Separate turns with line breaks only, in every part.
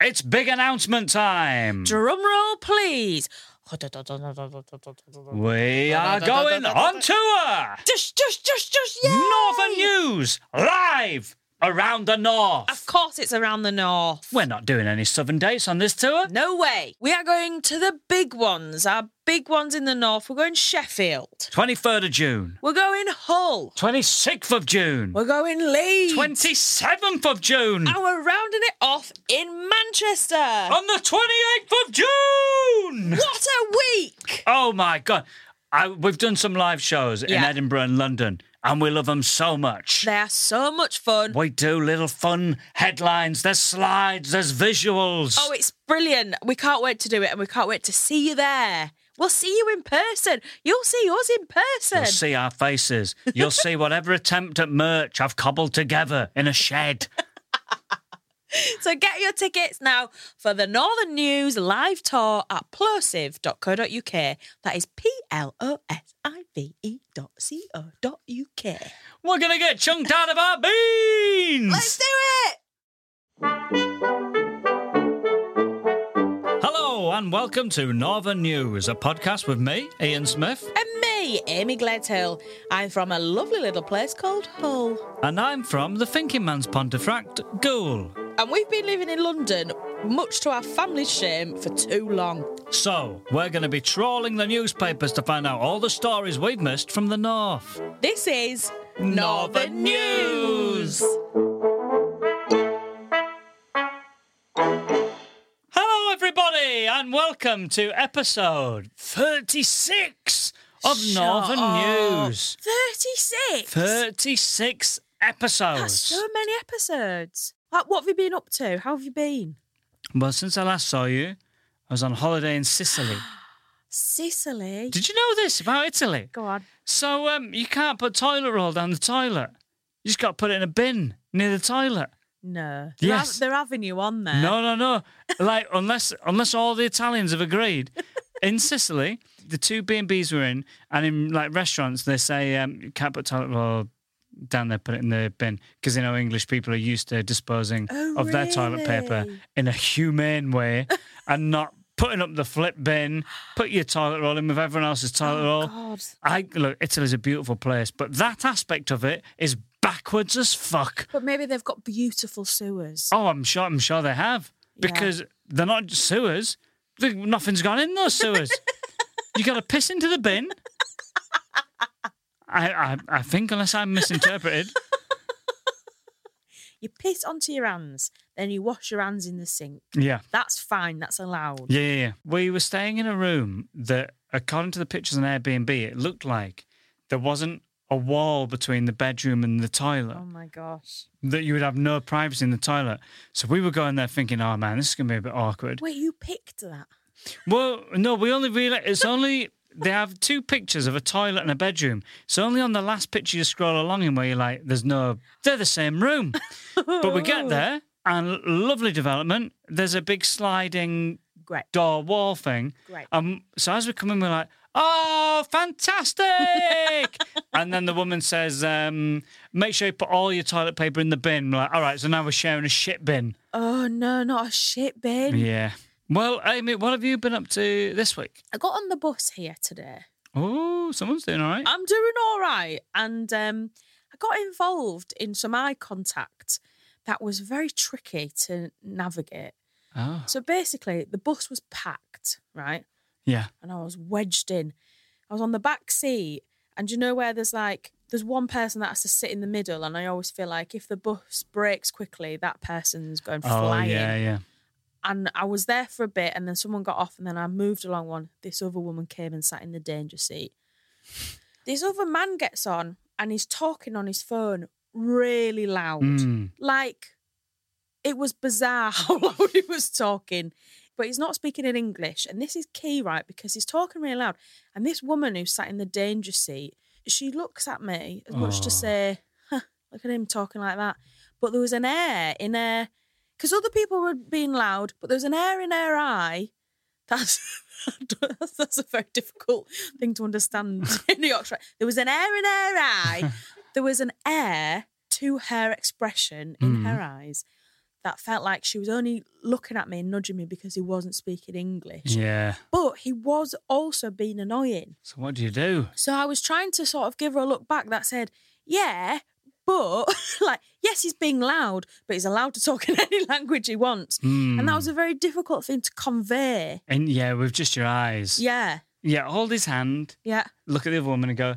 It's big announcement time.
Drum roll, please.
We are going on tour.
Just, just, just, just, yeah.
Northern News live around the
Of
north.
course, it's around the north.
We're not doing any southern dates on this tour.
No way. We are going to the big ones, our big ones in the north. We're going Sheffield.
23rd of June,
We're going Hull.
26th of June,
We're going Leeds.
27th of June,
And we're rounding it off in Manchester.
on the 28th of June.
What a week!
Oh my God. I, we've done some live shows in
Yeah.
Edinburgh and London, and we love them so much.
They are so much fun.
We do little fun headlines, there's slides, there's visuals.
Oh, it's brilliant. We can't wait to do it and we can't wait to see you there. We'll see you in person. You'll see us in person.
You'll see our faces. You'll see whatever attempt at merch I've cobbled together in a shed.
So get your tickets now for the Northern News live tour at plosive.co.uk. That is P L O S I V E dot C O dot UK.
We're going to get chunked out of our beans.
Let's do it!
Hello, and welcome to Northern News, a podcast with me, Ian Smith,
And me, Amy Gledhill. I'm from a lovely little place called Hull.
and I'm from the Thinking Man's Pontefract, Ghoul.
And we've been living in London, much to our family's shame, for too long.
So, we're going to be trawling the newspapers to find out all the stories we've missed from the North.
This is
Northern News. Hello, everybody, and welcome to episode 36 of Northern News.
36.
36
That's
episodes.
so many episodes. Like, what have you been up to? How have you been?
Well, since I last saw you, I was on holiday in Sicily.
Sicily.
Did you know this about Italy?
Go on.
So, um, you can't put toilet roll down the toilet. You just got to put it in a bin near the toilet.
No. They're
Yes.
hav- They're having you on there.
No, no, no. Like unless unless all the Italians have agreed. In Sicily, the two B and B's we're in, and in like restaurants, they say um, you can't put toilet roll down there, put it in the bin, because you know English people are used to disposing
Oh,
of their toilet paper
really?
in a humane way, and not putting up the flip bin. Put your toilet roll in with everyone else's toilet roll.
Oh, God.
I look, Italy's a beautiful place, but that aspect of it is backwards as fuck.
But maybe they've got beautiful sewers.
Oh, I'm sure. I'm sure they have because they're not just sewers. They- Nothing's gone in those sewers. you got to piss into the bin. I, I I think unless I'm misinterpreted.
You piss onto your hands, then you wash your hands in the sink.
Yeah.
That's fine. That's allowed.
yeah, yeah, yeah. We were staying in a room that, according to the pictures on Airbnb, it looked like there wasn't a wall between the bedroom and the toilet.
Oh my gosh.
That you would have no privacy in the toilet. So we were going there thinking, oh man, this is gonna be a bit awkward.
Wait, you picked that?
Well, no, we only realize it's only they have two pictures of a toilet and a bedroom. So only on the last picture you scroll along in where you're like, there's no, they're the same room. but we get there and lovely development. There's a big sliding
Great.
door wall thing.
Great.
Um, so as we come in, we're like, oh, fantastic. and then the woman says, um, make sure you put all your toilet paper in the bin. We're like, all right, so now we're sharing a shit bin.
Oh no, not a shit bin.
Yeah. Well, Amy, what have you been up to this week?
I got on the bus here today.
Oh, someone's doing all right.
I'm doing all right. And um, I got involved in some eye contact that was very tricky to navigate.
Oh,
So basically, the bus was packed, right?
yeah.
And I was wedged in. I was on the back seat. And you know where there's like, there's one person that has to sit in the middle. And I always feel like if the bus breaks quickly, that person's going
Oh,
flying.
yeah, yeah.
And I was there for a bit. And then someone got off. And then I moved along one. This other woman came and sat in the danger seat. This other man gets on and he's talking on his phone really loud
Mm.
like it was bizarre how loud he was talking but he's not speaking in english and this is key right because he's talking really loud and this woman who sat in the danger seat she looks at me as much
Oh.
to say huh, look at him talking like that but there was an air in her because other people were being loud but there was an air in her eye that's that's, that's a very difficult thing to understand in New York. There was an air in her eye. There was an air to her expression in her eyes that felt like she was only looking at me and nudging me because he wasn't speaking English.
Yeah.
But he was also being annoying.
So what do you do?
So I was trying to sort of give her a look back that said, yeah, but like, yes, he's being loud, but he's allowed to talk in any language he wants.
Hmm.
And that was a very difficult thing to convey.
And yeah, with just your eyes.
Yeah.
Yeah, hold his hand,
Yeah.
look at the other woman and go,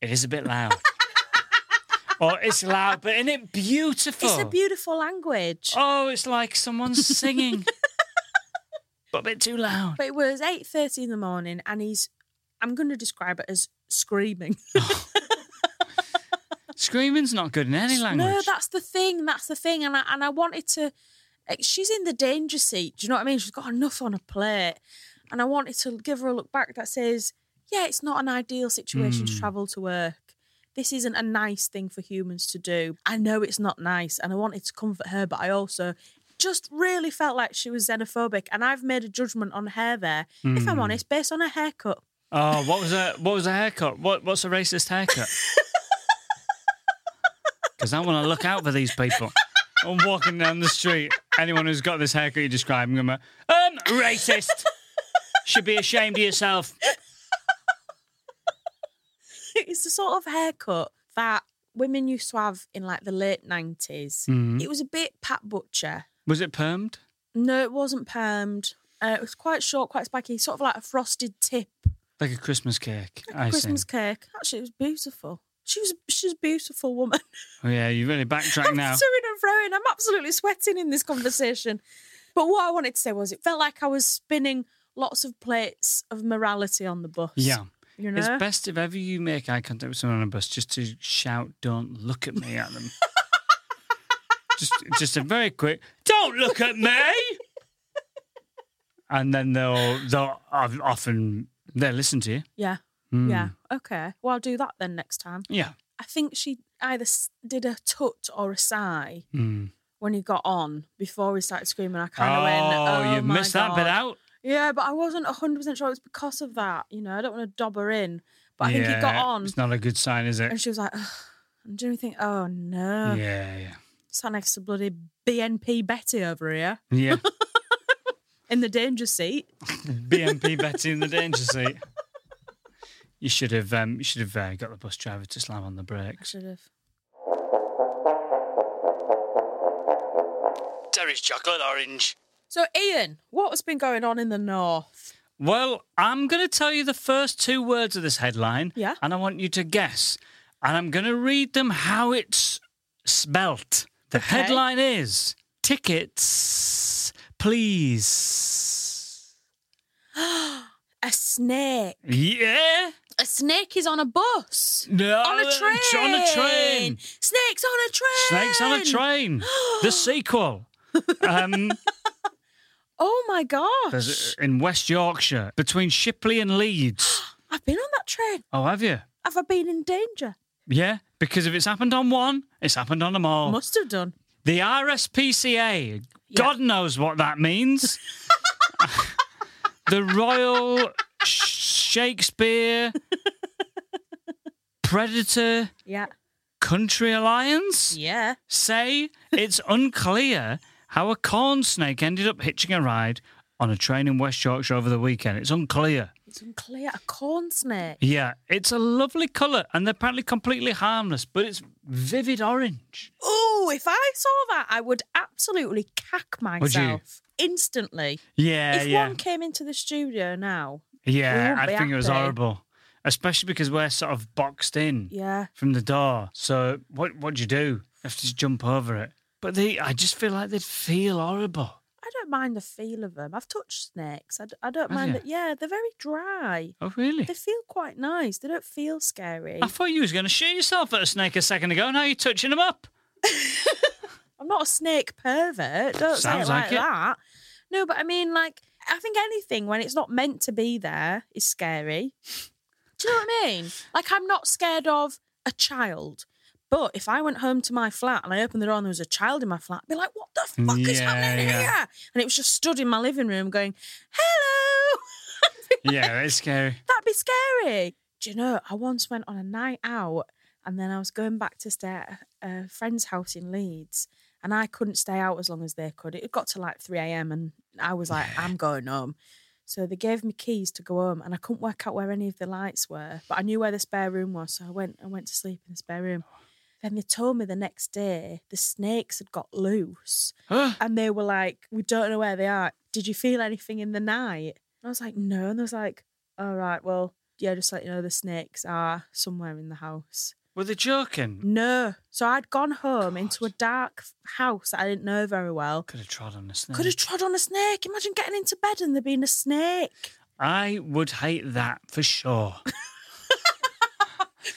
it is a bit loud. or it's loud, but isn't it beautiful?
It's a beautiful language.
oh, it's like someone's singing, but a bit too loud.
But it was 8.30 in the morning and he's, I'm going to describe it as screaming.
Screaming's not good in any language.
No, that's the thing. That's the thing. And I, and I wanted to. eh, She's in the danger seat. Do you know what I mean? She's got enough on her plate. And I wanted to give her a look back that says, yeah, it's not an ideal situation
Hmm.
to travel to work. This isn't a nice thing for humans to do. I know it's not nice. And I wanted to comfort her, but I also just really felt like she was xenophobic. And I've made a judgment on her there, if
Hmm.
I'm honest, based on her haircut.
Oh, what was a what was a haircut? What what's a racist haircut? Because I want to look out for these people. I'm walking down the street. Anyone who's got this haircut you're describing, I'm like, um, racist. Should be ashamed of yourself.
it's the sort of haircut that women used to have in like the late 90s.
Mm.
It was a bit Pat Butcher.
Was it permed?
No, it wasn't permed. Uh, it was quite short, quite spiky, sort of like a frosted tip
Like a Christmas cake. I
Christmas cake. Actually, it was beautiful. She was she's a beautiful woman.
Oh, yeah, you really backtrack
I'm
now.
suing and throwing. I'm absolutely sweating in this conversation. But what I wanted to say was, it felt like I was spinning lots of plates of morality on the bus.
Yeah.
you
It's
know.
best if ever you make eye contact with someone on a bus just to shout, don't look at me at them. just just a very quick, don't look at me. and then they'll they'll of- often they'll listen to you.
yeah,
Hmm.
yeah. Okay. Well, I'll do that then next time.
Yeah.
I think she either s- did a tut or a sigh
Hmm.
when he got on before he started screaming. I kind of
Oh,
went, "Oh,
you
my
missed that bit
God."
out.
Yeah, but I wasn't hundred percent sure it was because of that. You know, I don't want to dob her in, but I think he got
Yeah,
on,
It's not a good sign, is
and
it?
she was like, Ugh. "And do you think? Oh no,
yeah, yeah.
sat next to bloody BNP Betty over here
Yeah.
in the danger seat."
BMP Betty in the danger seat. You should have um, you should have uh, got the bus driver to slam on the
I
brakes.
should have.
Terry's chocolate orange.
So, Ian, what's been going on in the north?
Well, I'm going to tell you the first two words of this headline.
Yeah.
And I want you to guess. And I'm going to read them how it's spelt. The
Okay.
headline is tickets, please.
A snake.
Yeah.
A snake is on a bus.
No.
on a train.
it's On a train.
Snakes on a train.
Snakes on a train. the sequel. Um,
Oh my
There's-
gosh.
in West Yorkshire between Shipley and Leeds.
I've been on that train.
Oh, have you?
Have I been in danger?
Yeah, because if it's happened on one, it's happened on them all.
Must have done.
the RSPCA, God knows what that means. the Royal Sh- Shakespeare Predator
Yeah.
Country Alliance
Yeah.
say it's unclear how a corn snake ended up hitching a ride on a train in West Yorkshire over the weekend. It's unclear.
It's unclear. A corn snake.
Yeah, it's a lovely colour and they're apparently completely harmless, but it's vivid orange.
Oh, if I saw that, I would absolutely cack
you?
myself instantly.
Yeah,
if
yeah.
one came into the studio now,
Yeah,
won't
I
be
think it was
happy.
horrible. Especially because we're sort of boxed in
yeah.
from the door. So what what do you do? You have to just jump over it. But they I just feel like they'd feel horrible.
I don't mind the feel of them. I've touched snakes. I, d- I don't
Have
mind
you?
that. Yeah, they're very dry.
Oh really?
They feel quite nice. They don't feel scary.
I thought you was gonna shoot yourself at a snake a second ago. Now you're touching them up.
I'm not a snake pervert. Don't say it
Sounds
like,
like it.
that. No, but I mean, like, I think anything when it's not meant to be there is scary. Do you know what I mean? Like, I'm not scared of a child. But if I went home to my flat and I opened the door and there was a child in my flat, I'd be like, what the fuck is
Yeah,
happening
yeah.
here? And it was just stood in my living room going, hello.
Yeah, it's scary.
That'd be scary. Do you know, I once went on a night out and then I was going back to stay at a a friend's house in Leeds. and I couldn't stay out as long as they could. It got to like 3 a.m. and I was like, I'm going home. So they gave me keys to go home, and I couldn't work out where any of the lights were, but I knew where the spare room was, so I went. I went to sleep in the spare room. Then they told me the next day the snakes had got loose,
Huh?
and they were like, "We don't know where they are. Did you feel anything in the night?" And I was like, "No," and they was like, "All right, well, yeah, just let you know the snakes are somewhere in the house."
Were they joking?
No. So I'd gone home
God.
into a dark f- house that I didn't know very well.
Could have trod on a snake.
Could have trod on a snake. Imagine getting into bed and there being a snake.
I would hate that for sure.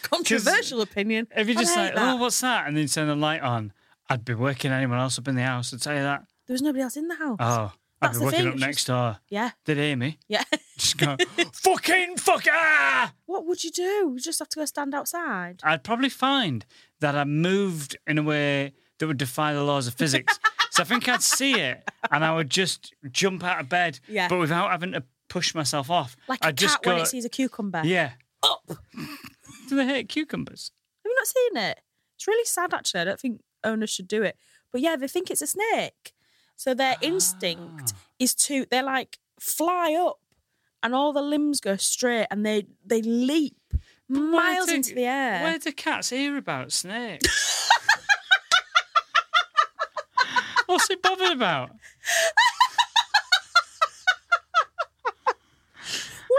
Controversial opinion.
If you
I'd
just
hate
like,
that.
oh, what's that? And then turn the light on, I'd be working anyone else up in the house. I'd tell you that.
There was nobody else in the house.
Oh, I'd
That's the
be working
thing,
up
it's
next door.
Yeah.
They'd hear me.
Yeah.
Just go, fucking fuck. Ah!
What would you do? You just have to go stand outside.
I'd probably find that I moved in a way that would defy the laws of physics. so I think I'd see it and I would just jump out of bed,
Yeah.
but without having to push myself off.
Like a
I'd
cat
just go,
when it sees a cucumber.
yeah.
Up.
Do they hate cucumbers?
Have you not seen it? It's really sad, actually. I don't think owners should do it. But yeah, they think it's a snake. So their instinct
Ah.
is to, they're like, fly up and all the limbs go straight and they, they leap
Where
miles
do-
into the air.
Where do cats hear about snakes? What's it bothered about?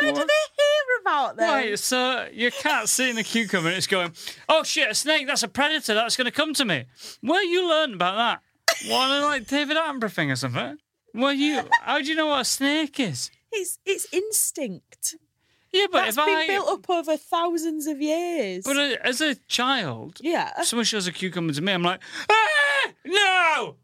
Where do
What?
they hear about them?
Right, so your cat's seeing a cucumber and it's going, oh shit, a snake, that's a predator, that's going to come to me. Where you learn about that? What, a, like David Attenborough thing or something? Well, you, how do you know what a snake is?
It's it's instinct.
Yeah, but
That's
if
been
I,
built up over thousands of years.
but uh, as a child,
yeah.
if someone shows a cucumber to me, I'm like, ah, no!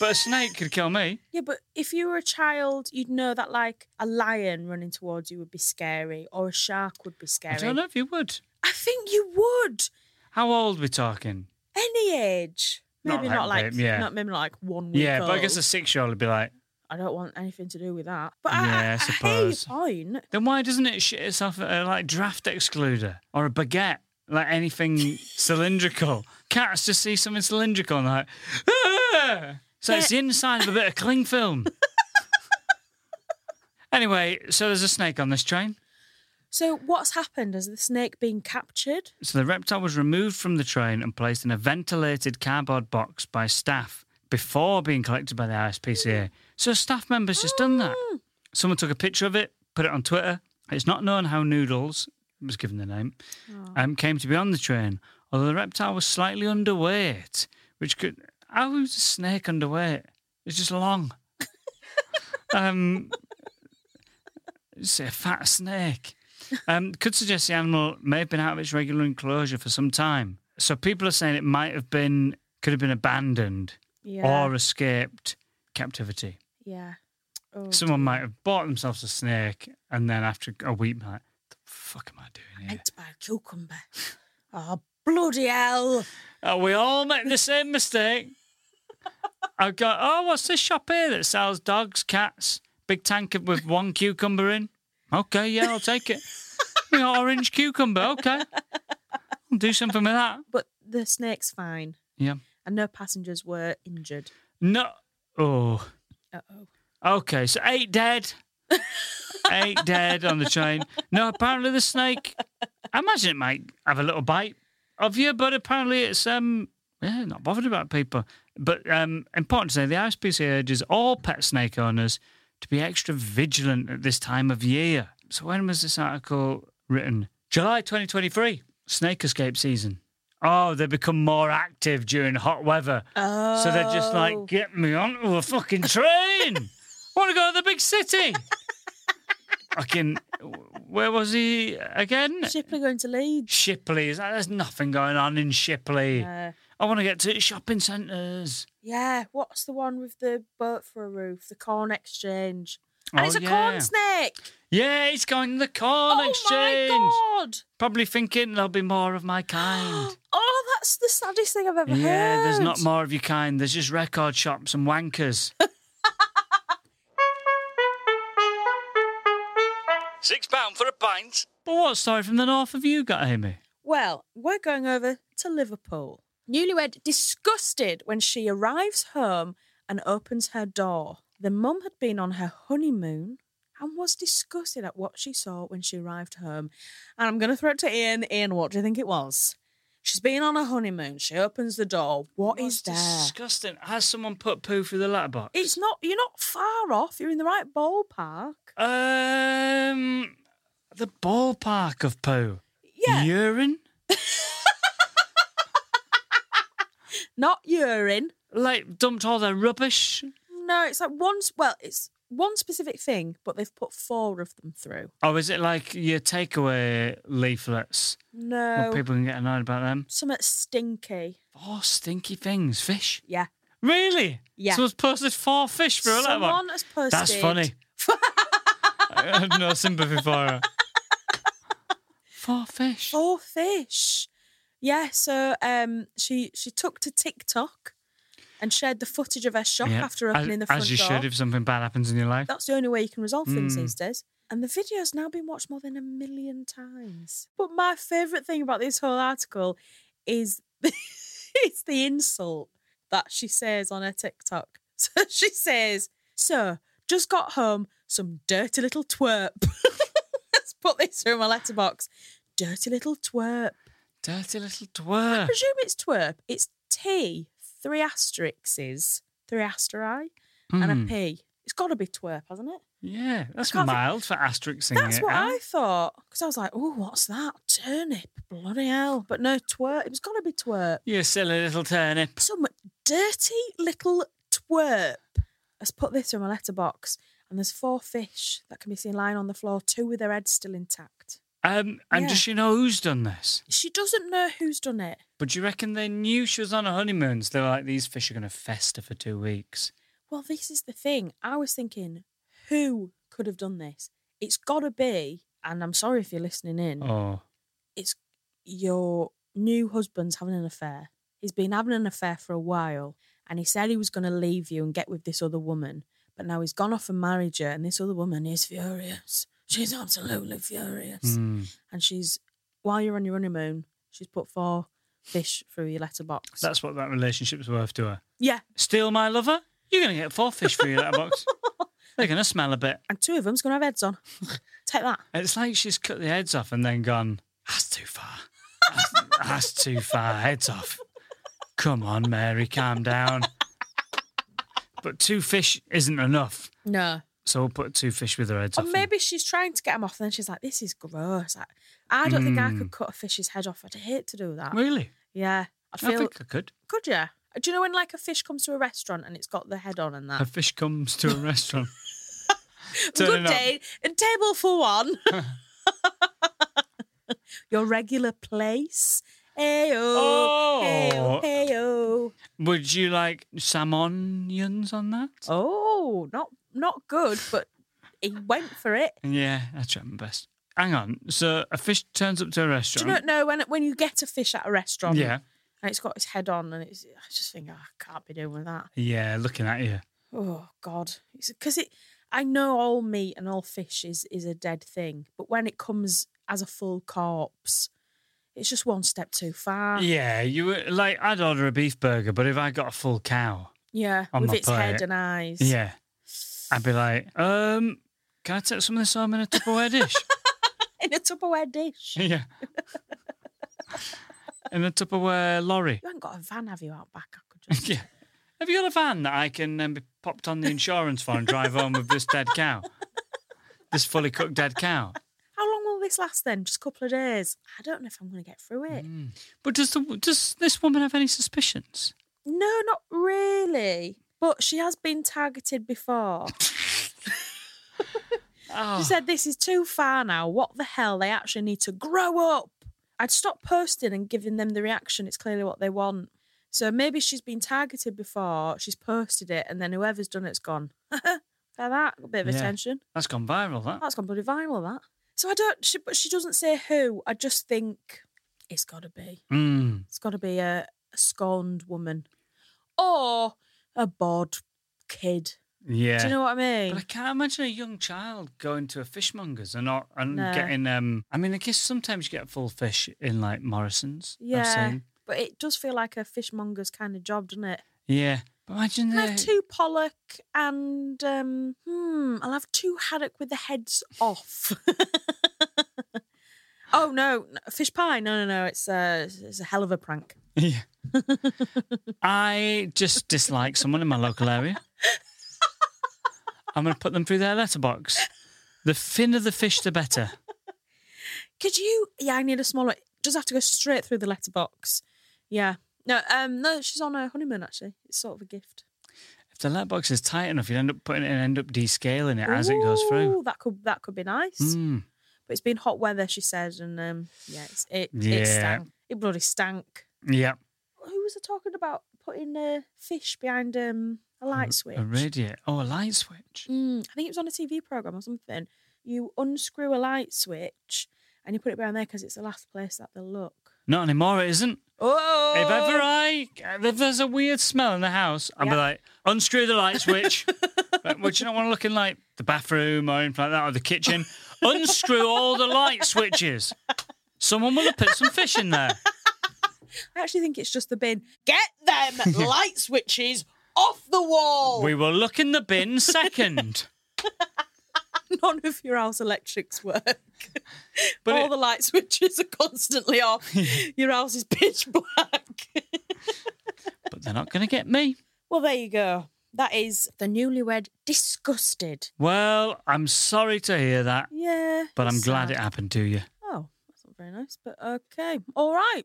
But a snake could kill me.
Yeah, but if you were a child, you'd know that like a lion running towards you would be scary or a shark would be scary.
I don't know if you would.
I think you would.
How old we talking?
Any age.
Not
Maybe
like
not like,
babe, yeah.
not maybe not like one week.
Yeah, but I guess a
old.
six-year-old would be like,
I don't want anything to do with that. But
Yeah, I
I, I, I hear your
suppose.
point.
then why doesn't it shit itself at a like draft excluder or a baguette? Like anything cylindrical. Cats just see something cylindrical and like, "Ah!" so it's the inside of a bit of cling film. anyway, so there's a snake on this train.
So what's happened? Has the snake been captured?
So the reptile was removed from the train and placed in a ventilated cardboard box by staff before being collected by the RSPCA. So a staff member's just done that. Someone took a picture of it, put it on Twitter. It's not known how Noodles was given the name um, came to be on the train, although the reptile was slightly underweight, which could how is a snake underweight? It's just long. um, it's a fat snake. Um, could suggest the animal may have been out of its regular enclosure for some time. So people are saying it might have been could have been abandoned
Yeah.
or escaped captivity.
yeah. Oh,
Someone might have bought themselves a snake and then after a week, like, the fuck am I doing here?
ate by a cucumber. Oh, bloody hell.
Oh, we all make the same mistake. I go, oh, what's this shop here that sells dogs, cats, big tank of- with one cucumber in? Okay, yeah, I'll take it. We got orange cucumber, okay. I'll do something with that.
But the snake's fine,
Yeah.
and no passengers were injured.
No. Oh.
Uh oh.
Okay, so eight dead. eight dead on the train. No, apparently the snake. I imagine it might have a little bite of you, but apparently it's um yeah, not bothered about people. But um important to say the RSPCA urges all pet snake owners to be extra vigilant at this time of year. So when was this article written? July 2023. Snake escape season. Oh, they become more active during hot weather.
Oh.
So they're just like, get me onto a fucking train. I want to go to the big city. fucking, where was he again?
Shipley going to Leeds.
Shipley. Is that- There's nothing going on in Shipley.
Uh,
I want to get to shopping centres.
yeah. What's the one with the boat for a roof? The corn exchange. And
Oh,
it's a
yeah.
corn snake.
Yeah, he's going to the corn
oh
exchange.
my god.
Probably thinking there'll be more of my kind.
Oh, that's the saddest thing I've ever heard.
yeah, there's not more of your kind. There's just record shops and wankers. Six pound for a pint. But what story from the north have you got, Amy?
Well, we're going over to Liverpool. Newlywed disgusted when she arrives home and opens her door. The mum had been on her honeymoon and was disgusted at what she saw when she arrived home. And I'm going to throw it to Ian. Ian, what do you think it was? She's been on her honeymoon. She opens the door. What
That's
is there?
disgusting. Has someone put poo through the letterbox?
It's not. You're not far off. You're in the right ballpark.
Um, the ballpark of poo.
Yeah,
Urine?
not urine.
Like dumped all their rubbish?
No, it's like one. s- Well, it's one specific thing, but they've put four of them through.
Or is it like your takeaway leaflets?
No,
Well, people can get annoyed about them.
something stinky.
Four stinky things. Fish.
Yeah,
Really?
Yeah.
Someone's posted four fish for a letterbox.
someone has posted.
That's funny. I had no sympathy for her. Four fish.
Four fish. Yeah, so um, she she took to TikTok and shared the footage of her shop
Yeah,
after
as-
opening the front
As you
door.
should if something bad happens in your life.
That's the only way you can resolve things
Mm.
these days. And the video's now been watched more than a million times. But my favourite thing about this whole article is it's the insult that she says on her TikTok. So she says, Sir, just got home, some dirty little twerp. Let's put this through my letterbox. Dirty little twerp.
Dirty little
I
twerp.
presume it's twerp. It's T, three asterisks, three asteri, and
Hmm.
a P. It's got to be twerp, hasn't it?
Yeah, that's
can't think-
mild for asterisk
That's
it.
what
out.
I thought. Because I was like, oh, what's that? Turnip. Bloody hell. But no, twerp. It was got to be twerp.
You silly little turnip.
Some dirty little twerp has put this in my letterbox. And there's four fish that can be seen lying on the floor, two with their heads still intact.
Um, and
Yeah.
does she know who's done this?
She doesn't know who's done it.
But do you reckon they knew she was on a honeymoon? So they were like, these fish are going to fester for two weeks.
Well, this is the thing. I was thinking, who could have done this? It's got to be, and I'm sorry if you're listening in,
Oh,
it's your new husband's having an affair. He's been having an affair for a while, and he said he was going to leave you and get with this other woman. But now he's gone off and married you, and this other woman is furious. She's absolutely furious.
hmm.
And she's, while you're on your honeymoon, she's put four fish through your letterbox.
that's what that relationship's worth to her.
yeah,
Steal my lover? You're going to get four fish for your letterbox. They're going to smell a bit.
and two of them's going to have heads on. Take that.
It's like she's cut the heads off and then gone, that's too far. That's, that's too far. Heads off. Come on, Mary, calm down. But two fish isn't enough.
No.
So we'll put two fish with their heads
Or
off.
Oh, maybe she's trying to get them off, and then she's like, this is gross. I, I don't think I
Hmm.
could cut a fish's head off. I'd hate to do that.
Really?
Yeah. I'd
I
feel
think I could.
Could you? Do you know when like a fish comes to a restaurant and it's got the head on and
A
that?
fish comes to a restaurant.
Good
Turning up.
day, and table for one. Your regular place. Hey
Oh.
oh, hey oh.
Would you like some onions on that?
Oh, not not good, but he went for it.
Yeah, I try my best. Hang on. So a fish turns up to a
Do
restaurant.
you not know when when you get a fish at a restaurant?
yeah,
and it's got its head on, and it's I just think "Oh, I can't be doing with that.
yeah, looking at you.
Oh God, because it. I know all meat and all fish is is a dead thing, but when it comes as a full corpse, it's just one step too far.
Yeah, you were like I'd order a beef burger, but if I got a full cow,
Yeah,
On
with
my
its head
plate.
and eyes.
yeah, I'd be like, um, can I take some of this home in a Tupperware dish?
in a Tupperware dish.
yeah, in a Tupperware lorry.
You haven't got a van, have you, out back? I could just.
Yeah. Have you got a van that I can um, be popped on the insurance for and drive home with this dead cow? This fully cooked dead cow.
How long will this last then? Just a couple of days. I don't know if I'm going to get through it.
Mm. But does the does this woman have any suspicions?
No, not really. But she has been targeted before.
Oh,
She
Ah.
said, This is too far now. What the hell? They actually need to grow up. I'd stop posting and giving them the reaction. It's clearly what they want. So maybe she's been targeted before, she's posted it, and then whoever's done it's gone. like that, a bit of
Yeah. Ah.
attention.
that's gone viral. That
That's gone bloody viral, that. So I don't, she, but she doesn't say who. I just think it's got to be.
Mm.
It's got to be a, a scorned woman or a bored kid.
yeah.
Do you know what I
but I
mean?
can't imagine a young child going to a fishmonger's and not and
No.
getting um. I mean, I guess sometimes you get a full fish in like Morrison's. I've
Yeah.
seen.
But it does feel like a fishmonger's kind of job, doesn't it?
Yeah. But imagine
I'll have
that.
two pollock and um, hmm, I'll have two haddock with the heads off. oh no, n- fish pie? No, no, no. It's a it's a hell of a prank.
Yeah. I just dislike someone in my local area. I'm going to put them through their letterbox. The thinner the fish, the better.
Could you? Yeah, I need a smaller. It does have to go straight through the letterbox. Yeah. No, um, no. She's on her honeymoon actually. It's sort of a gift.
If the letterbox is tight enough, you end up putting it and end up descaling it as it goes through.
Ooh, That could that could be nice.
Mm.
But it's been hot weather, she said, and um, yeah, it's, it
Yeah.
it stank. It bloody stank.
Yeah.
who was I talking about putting a fish behind um, a light switch?
Mm, A radiator. Oh, a light switch.
Mm, I think it was on a TV program or something. You unscrew a light switch and you put it behind there because it's the last place that they'll look.
Not anymore, it isn't.
Oh,
If ever I, if there's a weird smell in the house, I'll be
Yeah.
like, unscrew the light switch, Like, which you don't want to look in like the bathroom or anything like that or the kitchen. Unscrew all the light switches. Someone will have put some fish in there.
I actually think it's just the bin. Get them light switches off the wall.
We will look in the bin second.
None of your house electrics work.
But
All
it-
the light switches are constantly off. your house is pitch black.
But they're not going to get me.
well, there you go. That is the newlywed disgusted.
Well, I'm sorry to hear that,
Yeah.
but I'm
it's
glad
sad.
it happened to you.
Oh, that's not very nice, but okay. All right.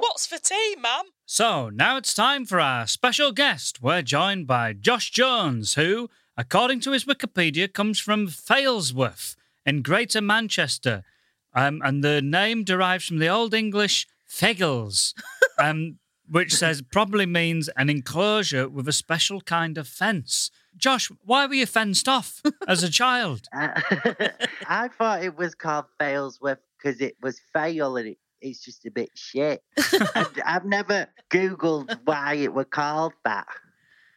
What's for tea, ma'am?
So now it's time for our special guest. We're joined by Josh Jones, who, according to his Wikipedia, comes from Failsworth in Greater Manchester. Um, and the name derives from the Old English fegels, um, which says probably means an enclosure with a special kind of fence. Josh, why were you fenced off as a child?
Uh, I thought it was called Failsworth because it was fail and it, it's just a bit shit. And I've never Googled why it were called that.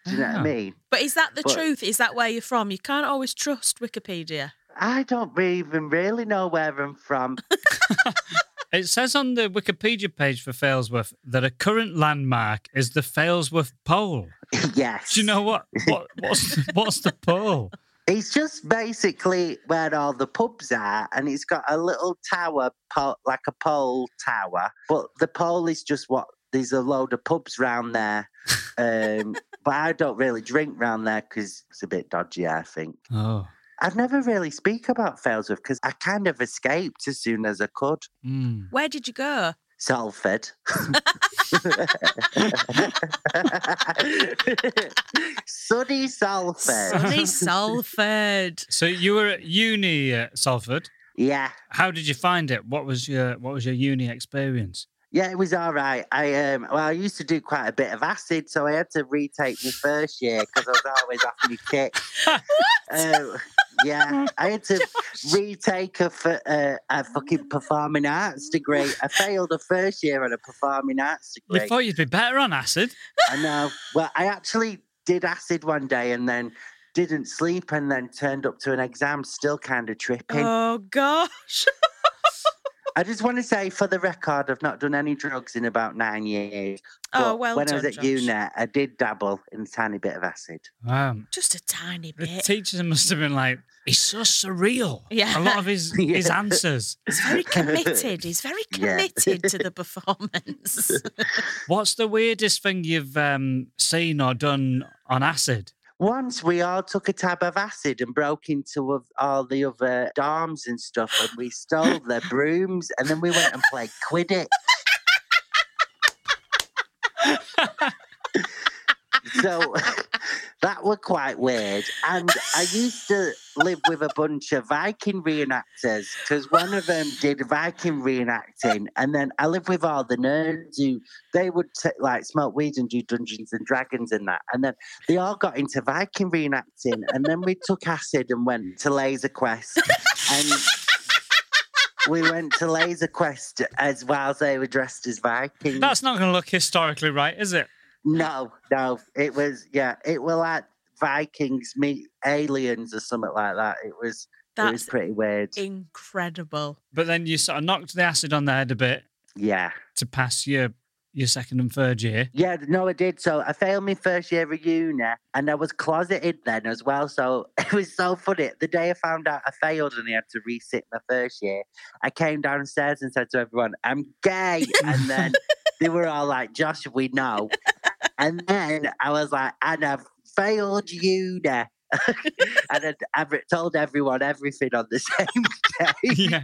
Do you know what
Ah.
I mean?
But is that the
But-
truth? Is that where you're from? You can't always trust Wikipedia.
I don't even really know where I'm from.
It says on the Wikipedia page for Failsworth that a current landmark is the Failsworth Pole.
yes.
Do you know what? what what's what's the pole?
It's just basically where all the pubs are, and it's got a little tower, po- like a pole tower. But the pole is just what there's a load of pubs round there. Um, but I don't really drink round there because it's a bit dodgy, I think.
Oh,
I'd never really speak about Failsworth because I kind of escaped as soon as I could.
mm.
Where did you go?
Salford. Sunny Salford.
Sunny Salford.
so you were at uni at Salford.
Yeah.
How did you find it? What was your what was your uni experience?
Yeah, it was all right. I um, well, I used to do quite a bit of acid, so I had to retake my first year because I was always off my kick. Um, yeah, I had to retake a, f- uh, a fucking performing arts degree. I failed the first year on a performing arts
You
degree.
thought you'd be better on acid.
I know. Well, I actually did acid one day and then didn't sleep and then turned up to an exam still kind of tripping.
Oh gosh.
I just want to say, for the record, I've not done any drugs in about nine years.
Oh,
but
well
When
done,
I was at
Josh.
UNET, I did dabble in a tiny bit of acid.
Wow.
Just a tiny
The
bit.
teacher must have been like, he's so surreal. A
Yeah.
lot of his,
Yeah.
his answers.
He's very committed. He's very
Yeah.
committed to the performance.
What's the weirdest thing you've um, seen or done on acid?
Once we all took a tab of acid and broke into of- all the other dorms and stuff, and we stole their brooms, and then we went and played Quidditch. so that were quite weird. And I used to live with a bunch of Viking reenactors because one of them did Viking reenacting, and then I lived with all the nerds who they would t- like smoke weed and do Dungeons and Dragons and that, and then they all got into Viking reenacting, and then we took acid and went to Laser Quest, and we went to Laser Quest as while they were dressed as Vikings.
That's not going to look historically right, is it?
No, no, it was yeah, it were like Vikings meet aliens or something like that. It was it was
That's
pretty weird.
incredible.
But then you sort of knocked the acid on the head a bit
Yeah.
to pass your your second and third year.
Yeah, no, I did. So I failed my first year of uni and I was closeted then as well. So it was so funny. The day I found out I failed and I had to resit my first year, I came downstairs and said to everyone, I'm gay. And then they were all like, Josh, we know. And then I was like, and I've failed uni. and I'd, I've told everyone everything on the same day.
yeah.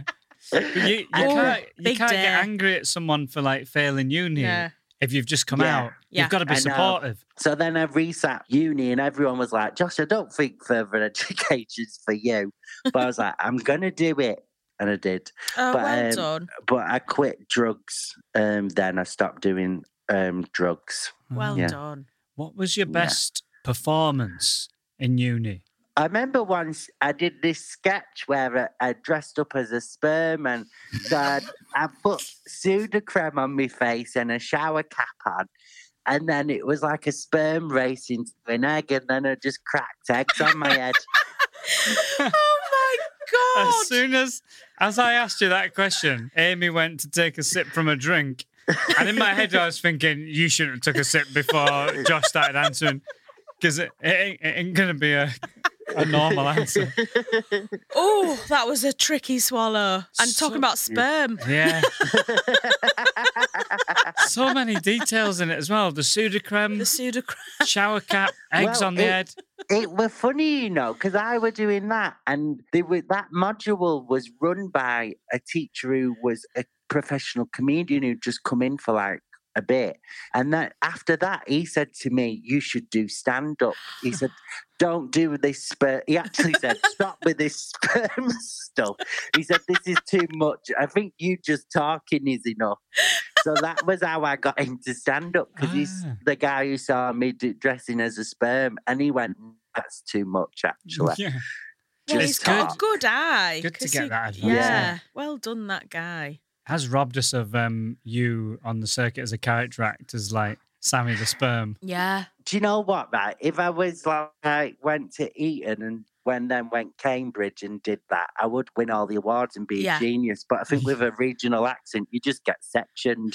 But you you
Oh,
can't, you
big
can't get
dare.
angry at someone for like failing uni
Yeah.
if you've just come
Yeah.
out.
Yeah.
You've got to be
I know.
supportive.
So then I resat uni, and everyone was like, Josh, I don't think further education's for you. But I was like, I'm going to do it. And I did.
Oh,
But,
well
um,
done.
But I quit drugs. Um, then I stopped doing um, drugs.
Well
yeah.
done.
What was your
Yeah.
best performance in uni?
I remember once I did this sketch where I, I dressed up as a sperm and so I, I put pseudocreme on my face and a shower cap on. And then it was like a sperm racing to an egg, and then I just cracked eggs on my head.
Oh my god.
As soon as as I asked you that question, Amy went to take a sip from a drink. And in my head, I was thinking, you should have took a sip before Josh started answering. Because it, it, ain't- it ain't going to be a, a normal answer.
Oh, that was a tricky swallow. And
So-
talking about sperm.
Yeah. so many details in it as well. The
The
pseudocreme,
pseudocreme.
shower cap, eggs
Well,
on the
it-
head.
it were funny, you know, because I were doing that, and they were, that module was run by a teacher who was a professional comedian who'd just come in for like a bit. And then after that, he said to me, "You should do stand up." He said, "Don't do this." Sperm. He actually said, "Stop with this sperm stuff." He said, "This is too much. I think you just talking is enough." So that was how I got into stand up because he's
Ah.
the guy who saw me d- dressing as a sperm, and he went, "That's too much, actually."
Yeah.
Well,
Just
he's got a
talk.
good eye.
Good to
'cause
get
he-
that advice.
Yeah.
Yeah.
Well done, that guy.
Has robbed us of um, you on the circuit as a character act, as like Sammy the sperm.
Yeah.
Do you know what, right? If I was like, I went to Eton and when then went Cambridge and did that, I would win all the awards and be
Yeah.
a genius. But I think with a regional accent, you just get sectioned.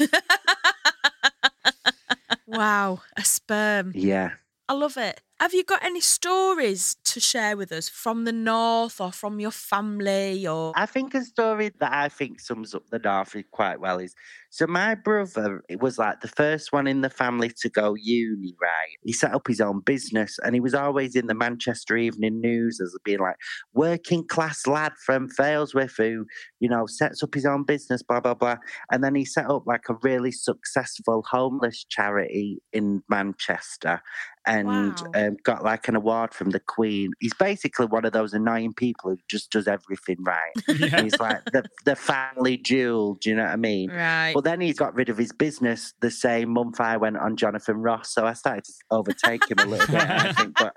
Wow. A sperm.
yeah.
I love it. Have you got any stories to share with us from the north or from your family or
I think a story that I think sums up the North quite well is so my brother it was like the first one in the family to go uni, right? He set up his own business and he was always in the Manchester Evening News as being like working class lad from Failsworth who, you know, sets up his own business, blah blah blah. And then he set up like a really successful homeless charity in Manchester and
Wow.
um, got like an award from the Queen. He's basically one of those annoying people who just does everything right.
Yeah.
He's like the, the family jewel. Do you know what I mean?
Right.
But then he's got rid of his business the same month I went on Jonathan Ross. So I started to overtake him a little bit, I think. But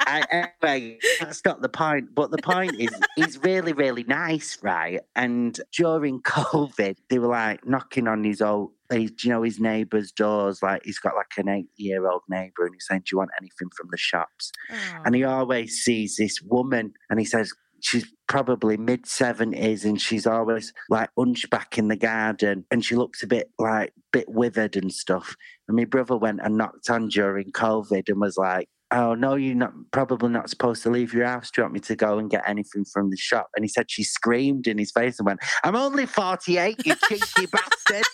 I, anyway, that's not the point. But the point is, he's really, really nice, right? And during COVID, they were like knocking on his old, his, you know, his neighbour's doors. Like he's got like an eight year old neighbour and he's saying, Do you want anything from the shops?
Oh.
and he always sees this woman and he says she's probably mid 70s and she's always like hunchback in the garden and she looks a bit like bit withered and stuff and my brother went and knocked on during covid and was like oh no you're not probably not supposed to leave your house do you want me to go and get anything from the shop and he said she screamed in his face and went i'm only 48 you cheeky bastard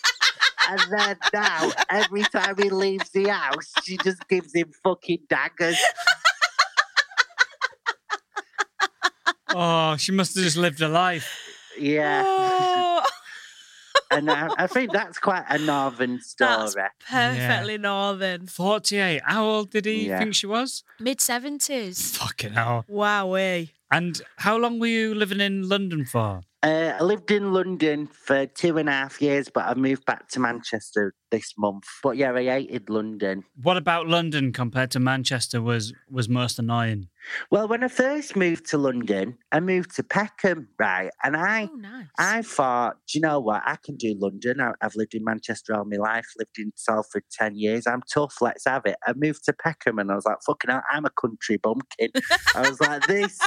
and then now, every time he leaves the house, she just gives him fucking daggers.
Oh, she must have just lived a life.
Yeah.
Oh,
and I, I think that's quite a northern story.
that's perfectly northern.
48. How old did he
Yeah.
think she was?
Mid 70s.
Fucking hell.
Wowee.
And how long were you living in London for?
Uh, I lived in London for two and a half years, but I moved back to Manchester this month. But yeah, I hated London.
What about London compared to Manchester was was most annoying?
Well, when I first moved to London, I moved to Peckham, right? And I
Oh, nice.
I thought, do you know what? I can do London. I, I've lived in Manchester all my life, lived in Salford 10 years. I'm tough. Let's have it. I moved to Peckham and I was like, fucking hell, I'm a country bumpkin. I was like, this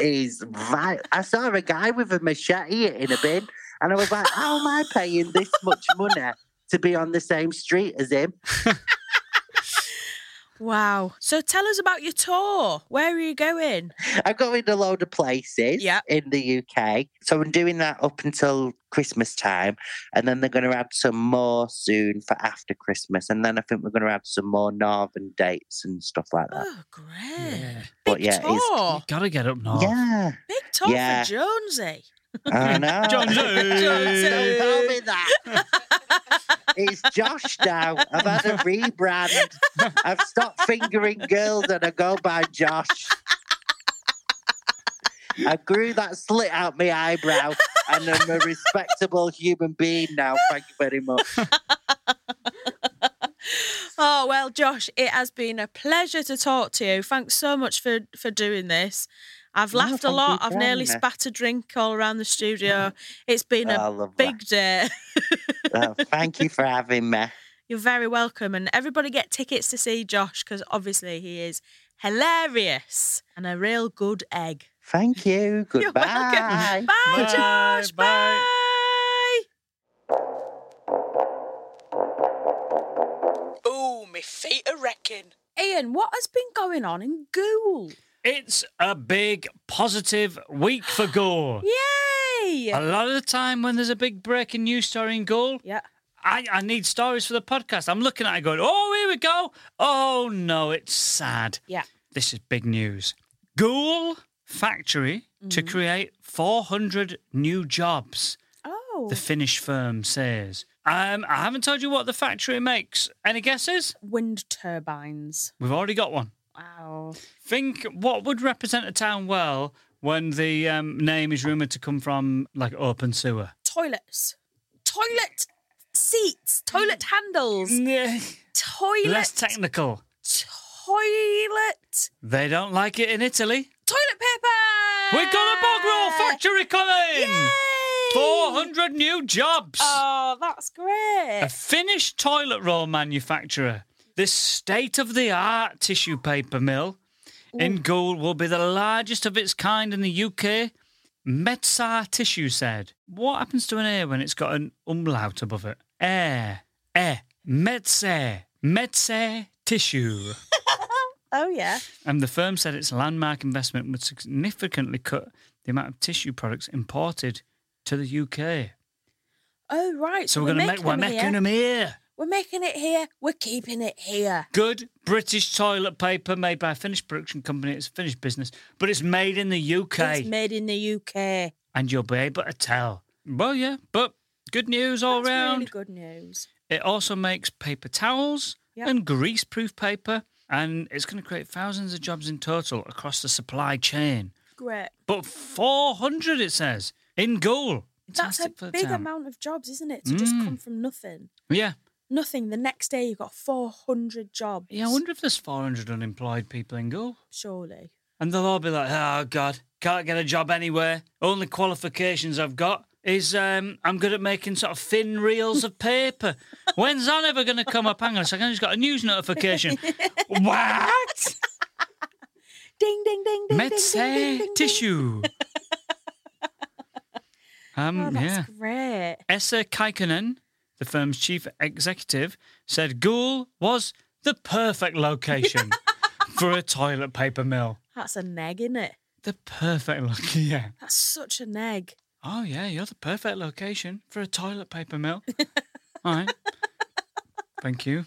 is vile. I saw a guy with a machete in a bin and I was like, how am I paying this much money to be on the same street as him?
Wow. So tell us about your tour. Where are you going?
I go in a load of places
Yeah.
in the UK. So I'm doing that up until Christmas time. And then they're going to add some more soon for after Christmas. And then I think we're going to add some more northern dates and stuff like that.
Oh, great. Oh, Big
But Uh, yeah, it's-
tour.
Gotta get up north.
Yeah.
Big tour
Yeah.
for Jonesy.
I know.
John
Don't
Lewis.
call me that. it's Josh now. I've had a rebrand. I've stopped fingering girls and I go by Josh. I grew that slit out my eyebrow and I'm a respectable human being now. Thank you very much.
Oh, well, Josh, it has been a pleasure to talk to you. Thanks so much for, for doing this. I've
No,
laughed a
thank you
lot.
for
I've nearly
having me.
spat a drink all around the studio. It's been a
Oh, lovely.
big day.
Oh, thank you for having me.
You're very welcome. And everybody get tickets to see Josh because obviously he is hilarious and a real good egg.
Thank you.
You're
Goodbye.
welcome. Bye,
Bye,
Josh.
bye.
bye.
Ooh, me feet are wrecking.
Ian, what has been going on in Ghoul?
It's a big positive week for Gore.
Yay!
A lot of the time when there's a big breaking news story in Gore,
yeah.
I, I need stories for the podcast. I'm looking at it going, oh, here we go. Oh, no, it's sad.
Yeah.
This is big news. Ghoul Factory to create 400 new jobs,
Oh.
the Finnish firm says. Um, I haven't told you what the factory makes. Any guesses?
Wind turbines.
We've already got one.
Wow.
Think what would represent a town well when the um, name is rumoured to come from like open sewer?
Toilets. Toilet seats. Toilet handles. Toilet.
Mm. Less technical.
toilet.
They don't like it in Italy.
Toilet paper.
We've got a bog roll factory coming!
Yay!
400 new jobs!
Oh, that's
a
great.
Finnish toilet roll manufacturer. This state of the art tissue paper mill in Gould will be the largest of its kind in the UK. Metsar Tissue said, What happens to an air when it's got an umlaut above it? Air, air, Metsar, Metsar Tissue.
Oh, yeah.
And the firm said its landmark investment would significantly cut the amount of tissue products imported to the UK.
Oh, right.
So we're going to make, we're making
here.
them here.
We're making it here. We're keeping it here.
Good British toilet paper made by a Finnish production company. It's a Finnish business, but it's made in the UK.
It's made in the UK.
and you'll be able to tell. Well, yeah, but good news all
That's
round.
really good news.
It also makes paper towels
Yep.
and grease proof paper. And it's going to create thousands of jobs in total across the supply chain.
Great.
But 400, it says, in goal.
That's a
Fantastic for the
big
town. Mm.
amount of jobs, isn't it? To just come from nothing.
Yeah.
Nothing. The next day you've got 400 jobs.
Yeah, I wonder if there's 400 unemployed people in goal.
Surely.
And they'll all be like, oh, God, can't get a job anywhere. Only qualifications I've got is um, I'm good at making sort of thin reels of paper. When's that ever going to come up? Hang on a second, I just got a news notification. what?
Ding, ding, ding, ding, ding, ding, ding,
Metsä
ding, ding, ding.
tissue. Um,
Oh, that's
yeah.
great.
Essa Kaikkonen, the firm's chief executive, said Ghoul was the perfect location for a toilet paper mill.
That's a neg, isn't it?
The perfect location. Yeah.
That's such a neg.
Oh yeah, you're the perfect location for a toilet paper mill. All right. Thank you.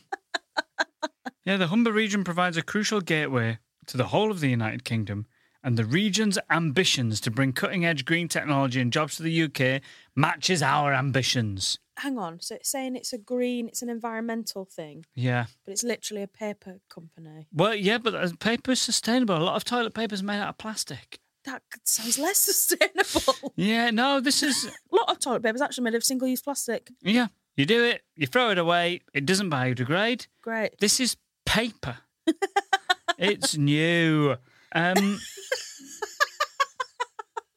Yeah, the Humber region provides a crucial gateway to the whole of the United Kingdom, and the region's ambitions to bring cutting edge green technology and jobs to the UK matches our ambitions.
Hang on. So it's saying it's a green, it's an environmental thing,
Yeah.
but it's literally a paper company.
Well, yeah, but uh, paper is sustainable. A lot of toilet paper is made out of plastic.
That sounds less sustainable.
Yeah, no, this is.
a lot of toilet paper is actually made of single use plastic.
Yeah, you do it, you throw it away, it doesn't biodegrade.
Great.
This is paper. it's new. Um,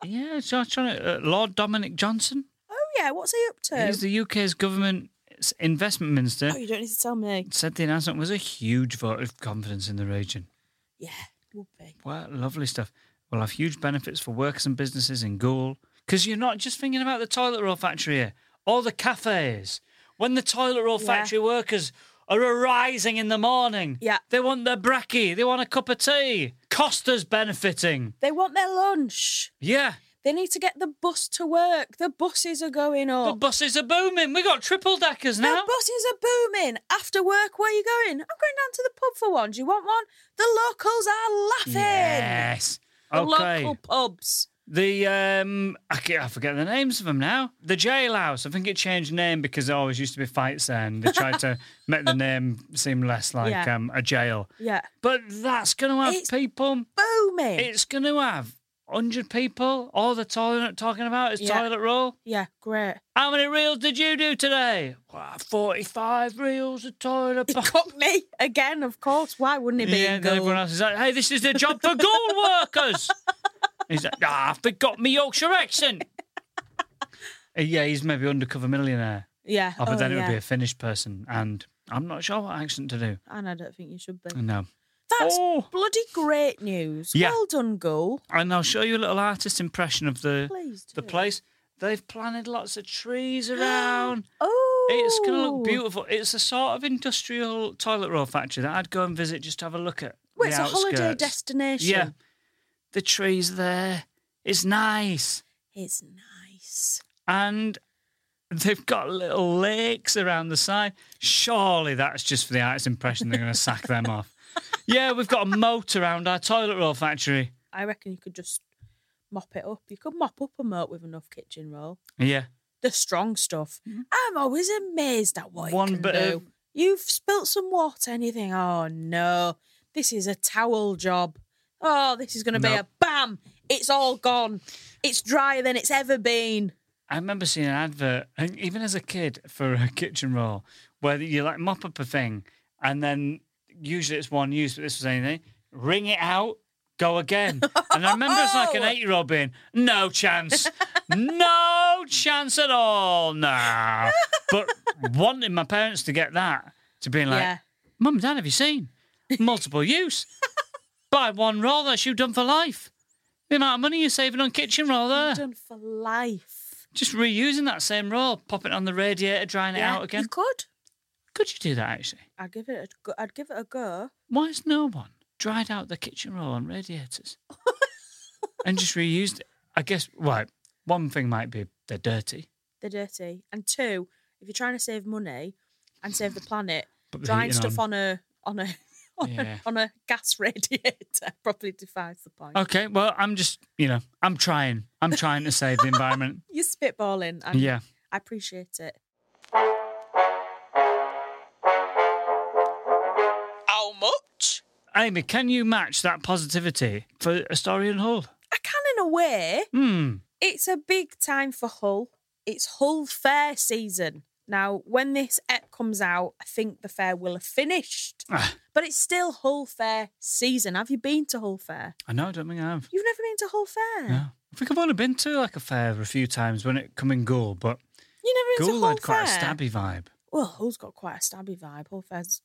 yeah, so I'm trying to. Uh, Lord Dominic Johnson,
Oh, yeah. What's he up to?
he's the UK's government s- investment minister,
Oh, you don't need to tell me.
said the announcement was a huge vote of confidence in the region.
Yeah, would be.
Well, lovely stuff. We'll have huge benefits for workers and businesses in Gaul. Because you're not just thinking about the toilet roll factory here, all the cafes. When the toilet roll
Yeah.
factory workers are arising in the morning,
Yeah.
they want their brekkie, they want a cup of tea. Costa's benefiting.
They want their lunch.
Yeah,
They need to get the bus to work. The buses are going
the
up.
buses are booming. We got triple deckers
The
now.
buses are booming. After work, where are you going? I'm going down to the pub for one. Do you want one? The locals are laughing.
yes.
The
okay.
local pubs.
The um, I, ca- I forget the names of them now. The jailhouse. I think it changed name because it always used to be Fights End. They tried to make the name seem less like
Yeah.
um, a jail.
Yeah.
But that's going to have
It's-
people.
Booming.
It's going to have hundred people. All the toilet talking about is
Yeah.
toilet roll.
yeah, great.
How many reels did you do today? Wow, forty-five reels of toilet. pa-
Cockney again, of course. Why wouldn't it be?
Yeah,
in
then everyone
goal?
else is like, hey, this is the job for gold workers. he's like, ah, I forgot my Yorkshire accent. Uh, yeah, he's maybe undercover millionaire.
Yeah.
Oh, but
oh,
then it
yeah.
would be a Finnish person, and I'm not sure what accent to do.
And I don't think you should be.
No. Mm.
That's
Oh.
bloody great news.
Yeah.
Well done, goal.
And I'll show you a little artist impression of the
Please do.
the place. They've planted lots of trees around.
Oh.
It's going to look beautiful. It's a sort of industrial toilet roll factory that I'd go and visit just to have a look at.
Well,
the
it's a holiday
outskirts.
destination.
Yeah. The trees there. It's nice.
It's nice.
and they've got little lakes around the side. Surely that's just for the artist impression they're going to sack them off. Yeah, we've got a moat around our toilet roll factory.
I reckon you could just mop it up. You could mop up a moat with enough kitchen roll.
Yeah,
The strong stuff. I'm always amazed at what
Mm-hmm. One
it can
bit
do.
of-
You've spilt some water, and you think, oh no, this is a towel job. Oh, this is going to be
Nope.
a bam. It's all gone. It's drier than it's ever been.
I remember seeing an advert, and even as a kid, for a kitchen roll where you like mop up a thing, and then usually it's one use, but this was anything. Wring it out, go again. And I remember it's like an
Oh!
eight-year-old being, no chance, no chance at all, no. But wanting my parents to get that to being like,
yeah.
Mum, Dad, have you seen? Multiple use. Buy one roll, that's you done for life. The amount of money you're saving on kitchen roll there.
Done for life.
Just reusing that same roll, popping it on the radiator, drying
Yeah,
it out again.
You could.
Could you do that actually?
I'd give it. A go- I'd give it a go.
Why has no one dried out the kitchen roll on radiators and just reused it? I guess, right, one thing might be they're dirty.
They're dirty, and two, if you're trying to save money and save the planet,
Put the
drying
heating
stuff on, a on a on,
Yeah.
a on a gas radiator probably defies the point.
Okay, well, I'm just, you know, I'm trying. I'm trying to save the environment.
You're spitballing. And
Yeah.
I appreciate it.
How much?
Amy, can you match that positivity for a story in Hull?
I can in a way.
Hmm.
It's a big time for Hull. It's Hull Fair season. Now, when this ep comes out, I think the fair will have finished.
Ah.
But it's still Hull Fair season. Have you been to Hull Fair?
I know, I don't think I have.
You've never been to Hull Fair.
No. I think I've only been to like a fair a few times when it come and go, but
You never been
Gould
to Hull
had quite
Fair.
a stabby vibe.
Well, Hull's got quite a stabby vibe. Hull Fair's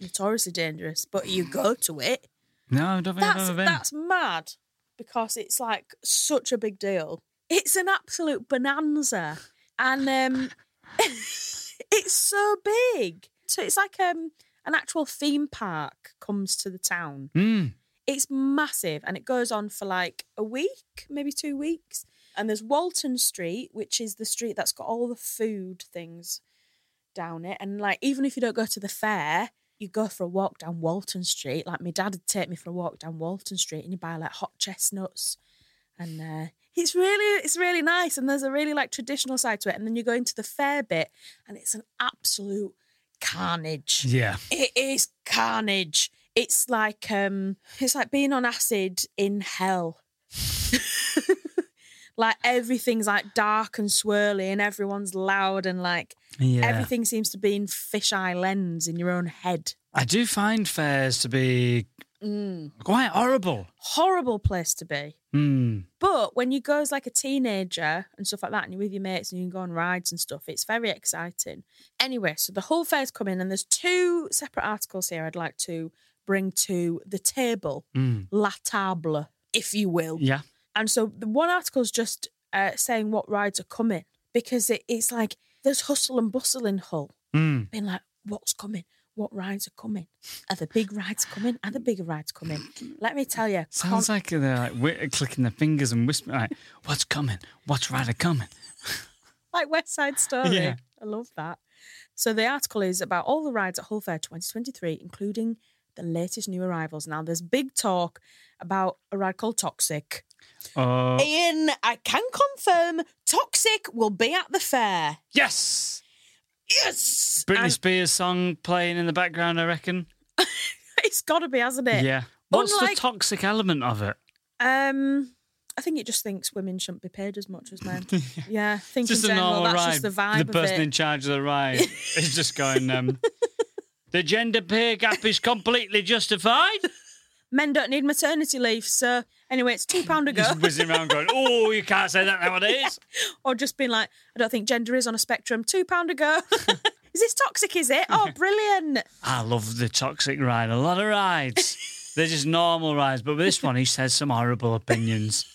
notoriously dangerous, but you go to it.
No, I don't think
That's
I've ever been.
that's mad because it's like such a big deal. It's an absolute bonanza, and um, it's so big. So it's like um, an actual theme park comes to the town.
Mm.
It's massive, and it goes on for like a week, maybe two weeks. And there's Walton Street, which is the street that's got all the food things down it. And like, even if you don't go to the fair, you go for a walk down Walton Street. Like, my dad would take me for a walk down Walton Street, and you buy like hot chestnuts, and uh, it's really, it's really nice. And there's a really like traditional side to it. And then you go into the fair bit, and it's an absolute carnage.
Yeah.
It is carnage. It's like um it's like being on acid in hell. like everything's like dark and swirly and everyone's loud and like
Yeah.
everything seems to be in fisheye lens in your own head.
I do find fairs to be
Mm.
quite horrible.
Horrible place to be.
Mm.
But when you go as like a teenager and stuff like that, and you're with your mates and you can go on rides and stuff, it's very exciting. Anyway, so the whole fair's coming, and there's two separate articles here I'd like to bring to the table, la table, if you will.
Mm. Yeah.
And so the one article's just uh, saying what rides are coming because it, it's like there's hustle and bustle in Hull,
Mm.
being like, what's coming? What rides are coming? Are the big rides coming? Are the bigger rides coming? Let me tell you,
Sounds like they're like wi- clicking their fingers and whispering, like, "What's coming? What's rather coming?"
like West Side Story.
Yeah.
I love that. So the article is about all the rides at Hull Fair 2023, including the latest new arrivals. Now there's big talk about a ride called Toxic.
Oh,
Ian, I can confirm Toxic will be at the fair.
yes!
Yes,
Britney
And
Spears song playing in the background, I reckon.
it's got to be, hasn't it?
Yeah. What's
Unlike-
the toxic element of it?
Um, I think it just thinks women shouldn't be paid as much as men. yeah, I think
Just
in
a
general
normal
that's
ride.
just the vibe
the person
of it.
in charge of the ride is just going. Um, the gender pay gap is completely justified.
men don't need maternity leave, so anyway, it's two pound a go.
Just whizzing around going, "Oh, you can't say that nowadays."
or just been like, I don't think gender is on a spectrum. Two pound a go. is this toxic? Is it? Oh, brilliant!
I love the toxic ride. A lot of rides. They're just normal rides, but with this one, he says some horrible opinions.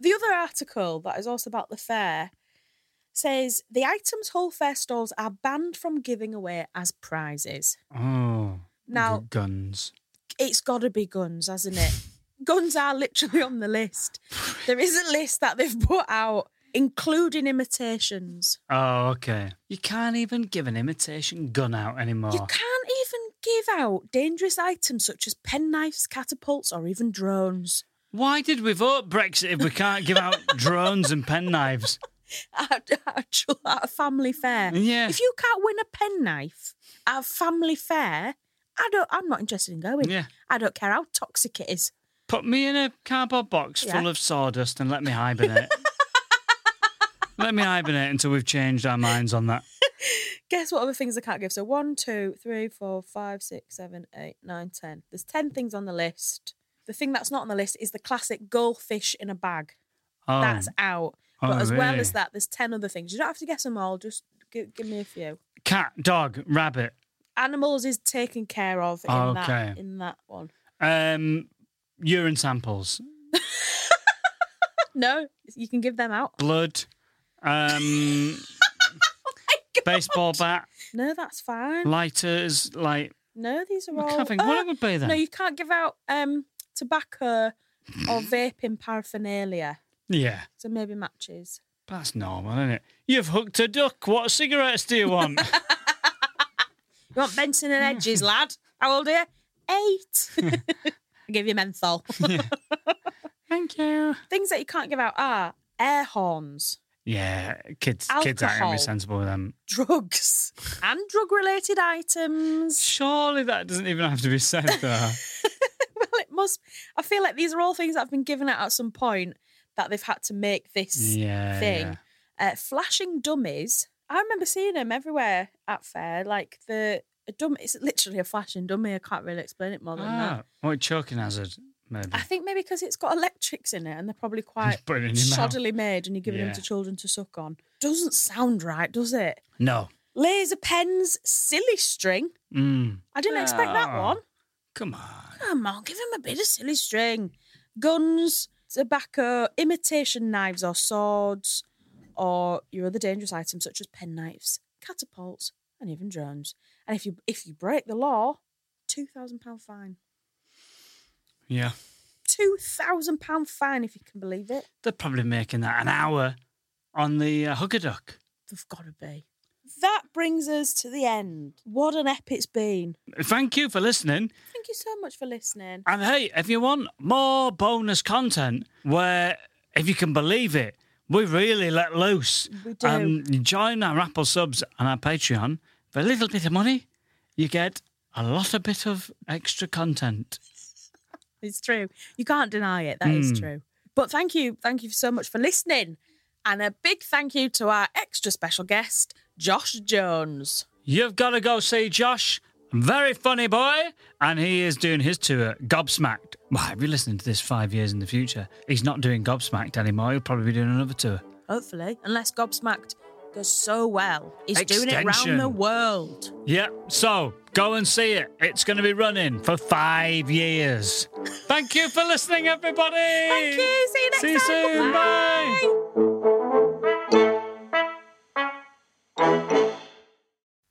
The other article that is also about the fair says the items whole fair stalls are banned from giving away as prizes.
Oh,
Now-
good guns.
It's got to be guns, hasn't it? guns are literally on the list. There is a list that they've put out, including imitations.
Oh, okay. You can't even give an imitation gun out anymore.
You can't even give out dangerous items such as penknives, catapults, or even drones.
Why did we vote Brexit if we can't give out drones and penknives?
at, at, at a family fair.
Yeah.
If you can't win a penknife at a family fair, I don't. I'm not interested in going.
Yeah.
I don't care how toxic it is.
Put me in a cardboard box full
Yeah.
of sawdust and let me hibernate. let me hibernate until we've changed our minds on that.
Guess what other things I can't give? So one, two, three, four, five, six, seven, eight, nine, ten. There's ten things on the list. The thing that's not on the list is the classic goldfish in a bag.
Oh,
That's out.
Oh,
But as well
really?
as that, there's ten other things. You don't have to guess them all. Just give, give me a few.
cat, dog, rabbit.
Animals is taken care of in that
Okay.
in that one.
Um, urine samples,
No, you can give them out.
blood, um,
Oh
baseball bat,
No, that's
Mm.
fine.
lighters, like
No, these are
I
all.
can't think what
Ah,
it would be then.
No, you can't give out um tobacco or vaping paraphernalia.
yeah,
So maybe matches.
that's normal, isn't it? You've hooked a duck. What cigarettes do you want?
You want Benson and Edges, lad? How old are you? Eight. I give you menthol.
Thank you.
Things that you can't give out are air horns,
Yeah, kids, kids aren't gonna
Alcohol.
be sensible with them.
drugs, and drug-related items.
Surely that doesn't even have to be said though.
Well, it must. I feel like these are all things that have been given out at some point that they've had to make this
Yeah,
thing.
yeah.
Uh, flashing dummies. I remember seeing them everywhere at fair. Like the a dummy, it's literally a flashing dummy. I can't really explain it more than
ah,
that. Ah.
what choking hazard? Maybe.
I think maybe because it's got electrics in it and they're probably quite
put it in your mouth.
shoddily made and you're giving them
Yeah.
to children to suck on. Doesn't sound right, does it?
No.
Laser pens, silly string.
Mm.
I didn't expect that
Ah.
one.
Come on.
Come on, give him a bit of silly string. Guns, tobacco, imitation knives or swords, or your other dangerous items such as penknives, catapults, and even drones. And if you if you break the law, two thousand pound fine.
Yeah.
Two thousand pound fine if you can believe it.
They're probably making that an hour on the uh, Hugger Duck.
They've got to be. That brings us to the end. What an ep it's been.
Thank you for listening.
Thank you so much for listening.
And hey, if you want more bonus content where, if you can believe it, we really let loose.
We do.
And join our Apple subs and our Patreon. For a little bit of money, you get a lot of bit of extra content.
It's true. You can't deny it. That
Hmm.
is true. But thank you. Thank you so much for listening. And a big thank you to our extra special guest, Josh Jones.
You've got to go see Josh. Very funny boy. And he is doing his tour, Gobsmacked. Well, if you're listening to this five years in the future, he's not doing Gobsmacked anymore. He'll probably be doing another tour.
Hopefully, unless Gobsmacked goes so well, he's doing it round the
Extension.
world.
Yeah, so go and see it. It's going to be running for five years. Thank you for listening, everybody.
Thank you. See you next
See you
time.
soon. Bye.
Bye.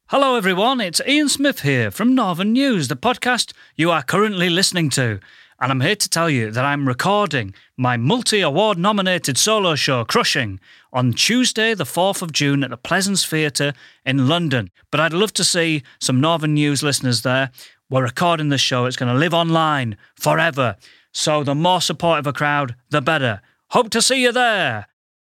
Hello, everyone. It's Ian Smith here from Northern News, the podcast you are currently listening to. And I'm here to tell you that I'm recording my multi award nominated solo show, Crushing, on Tuesday, the 4th of June at the Pleasance Theatre in London. But I'd love to see some Northern News listeners there. We're recording this show, it's going to live online forever. So the more supportive a crowd, the better. Hope to see you there.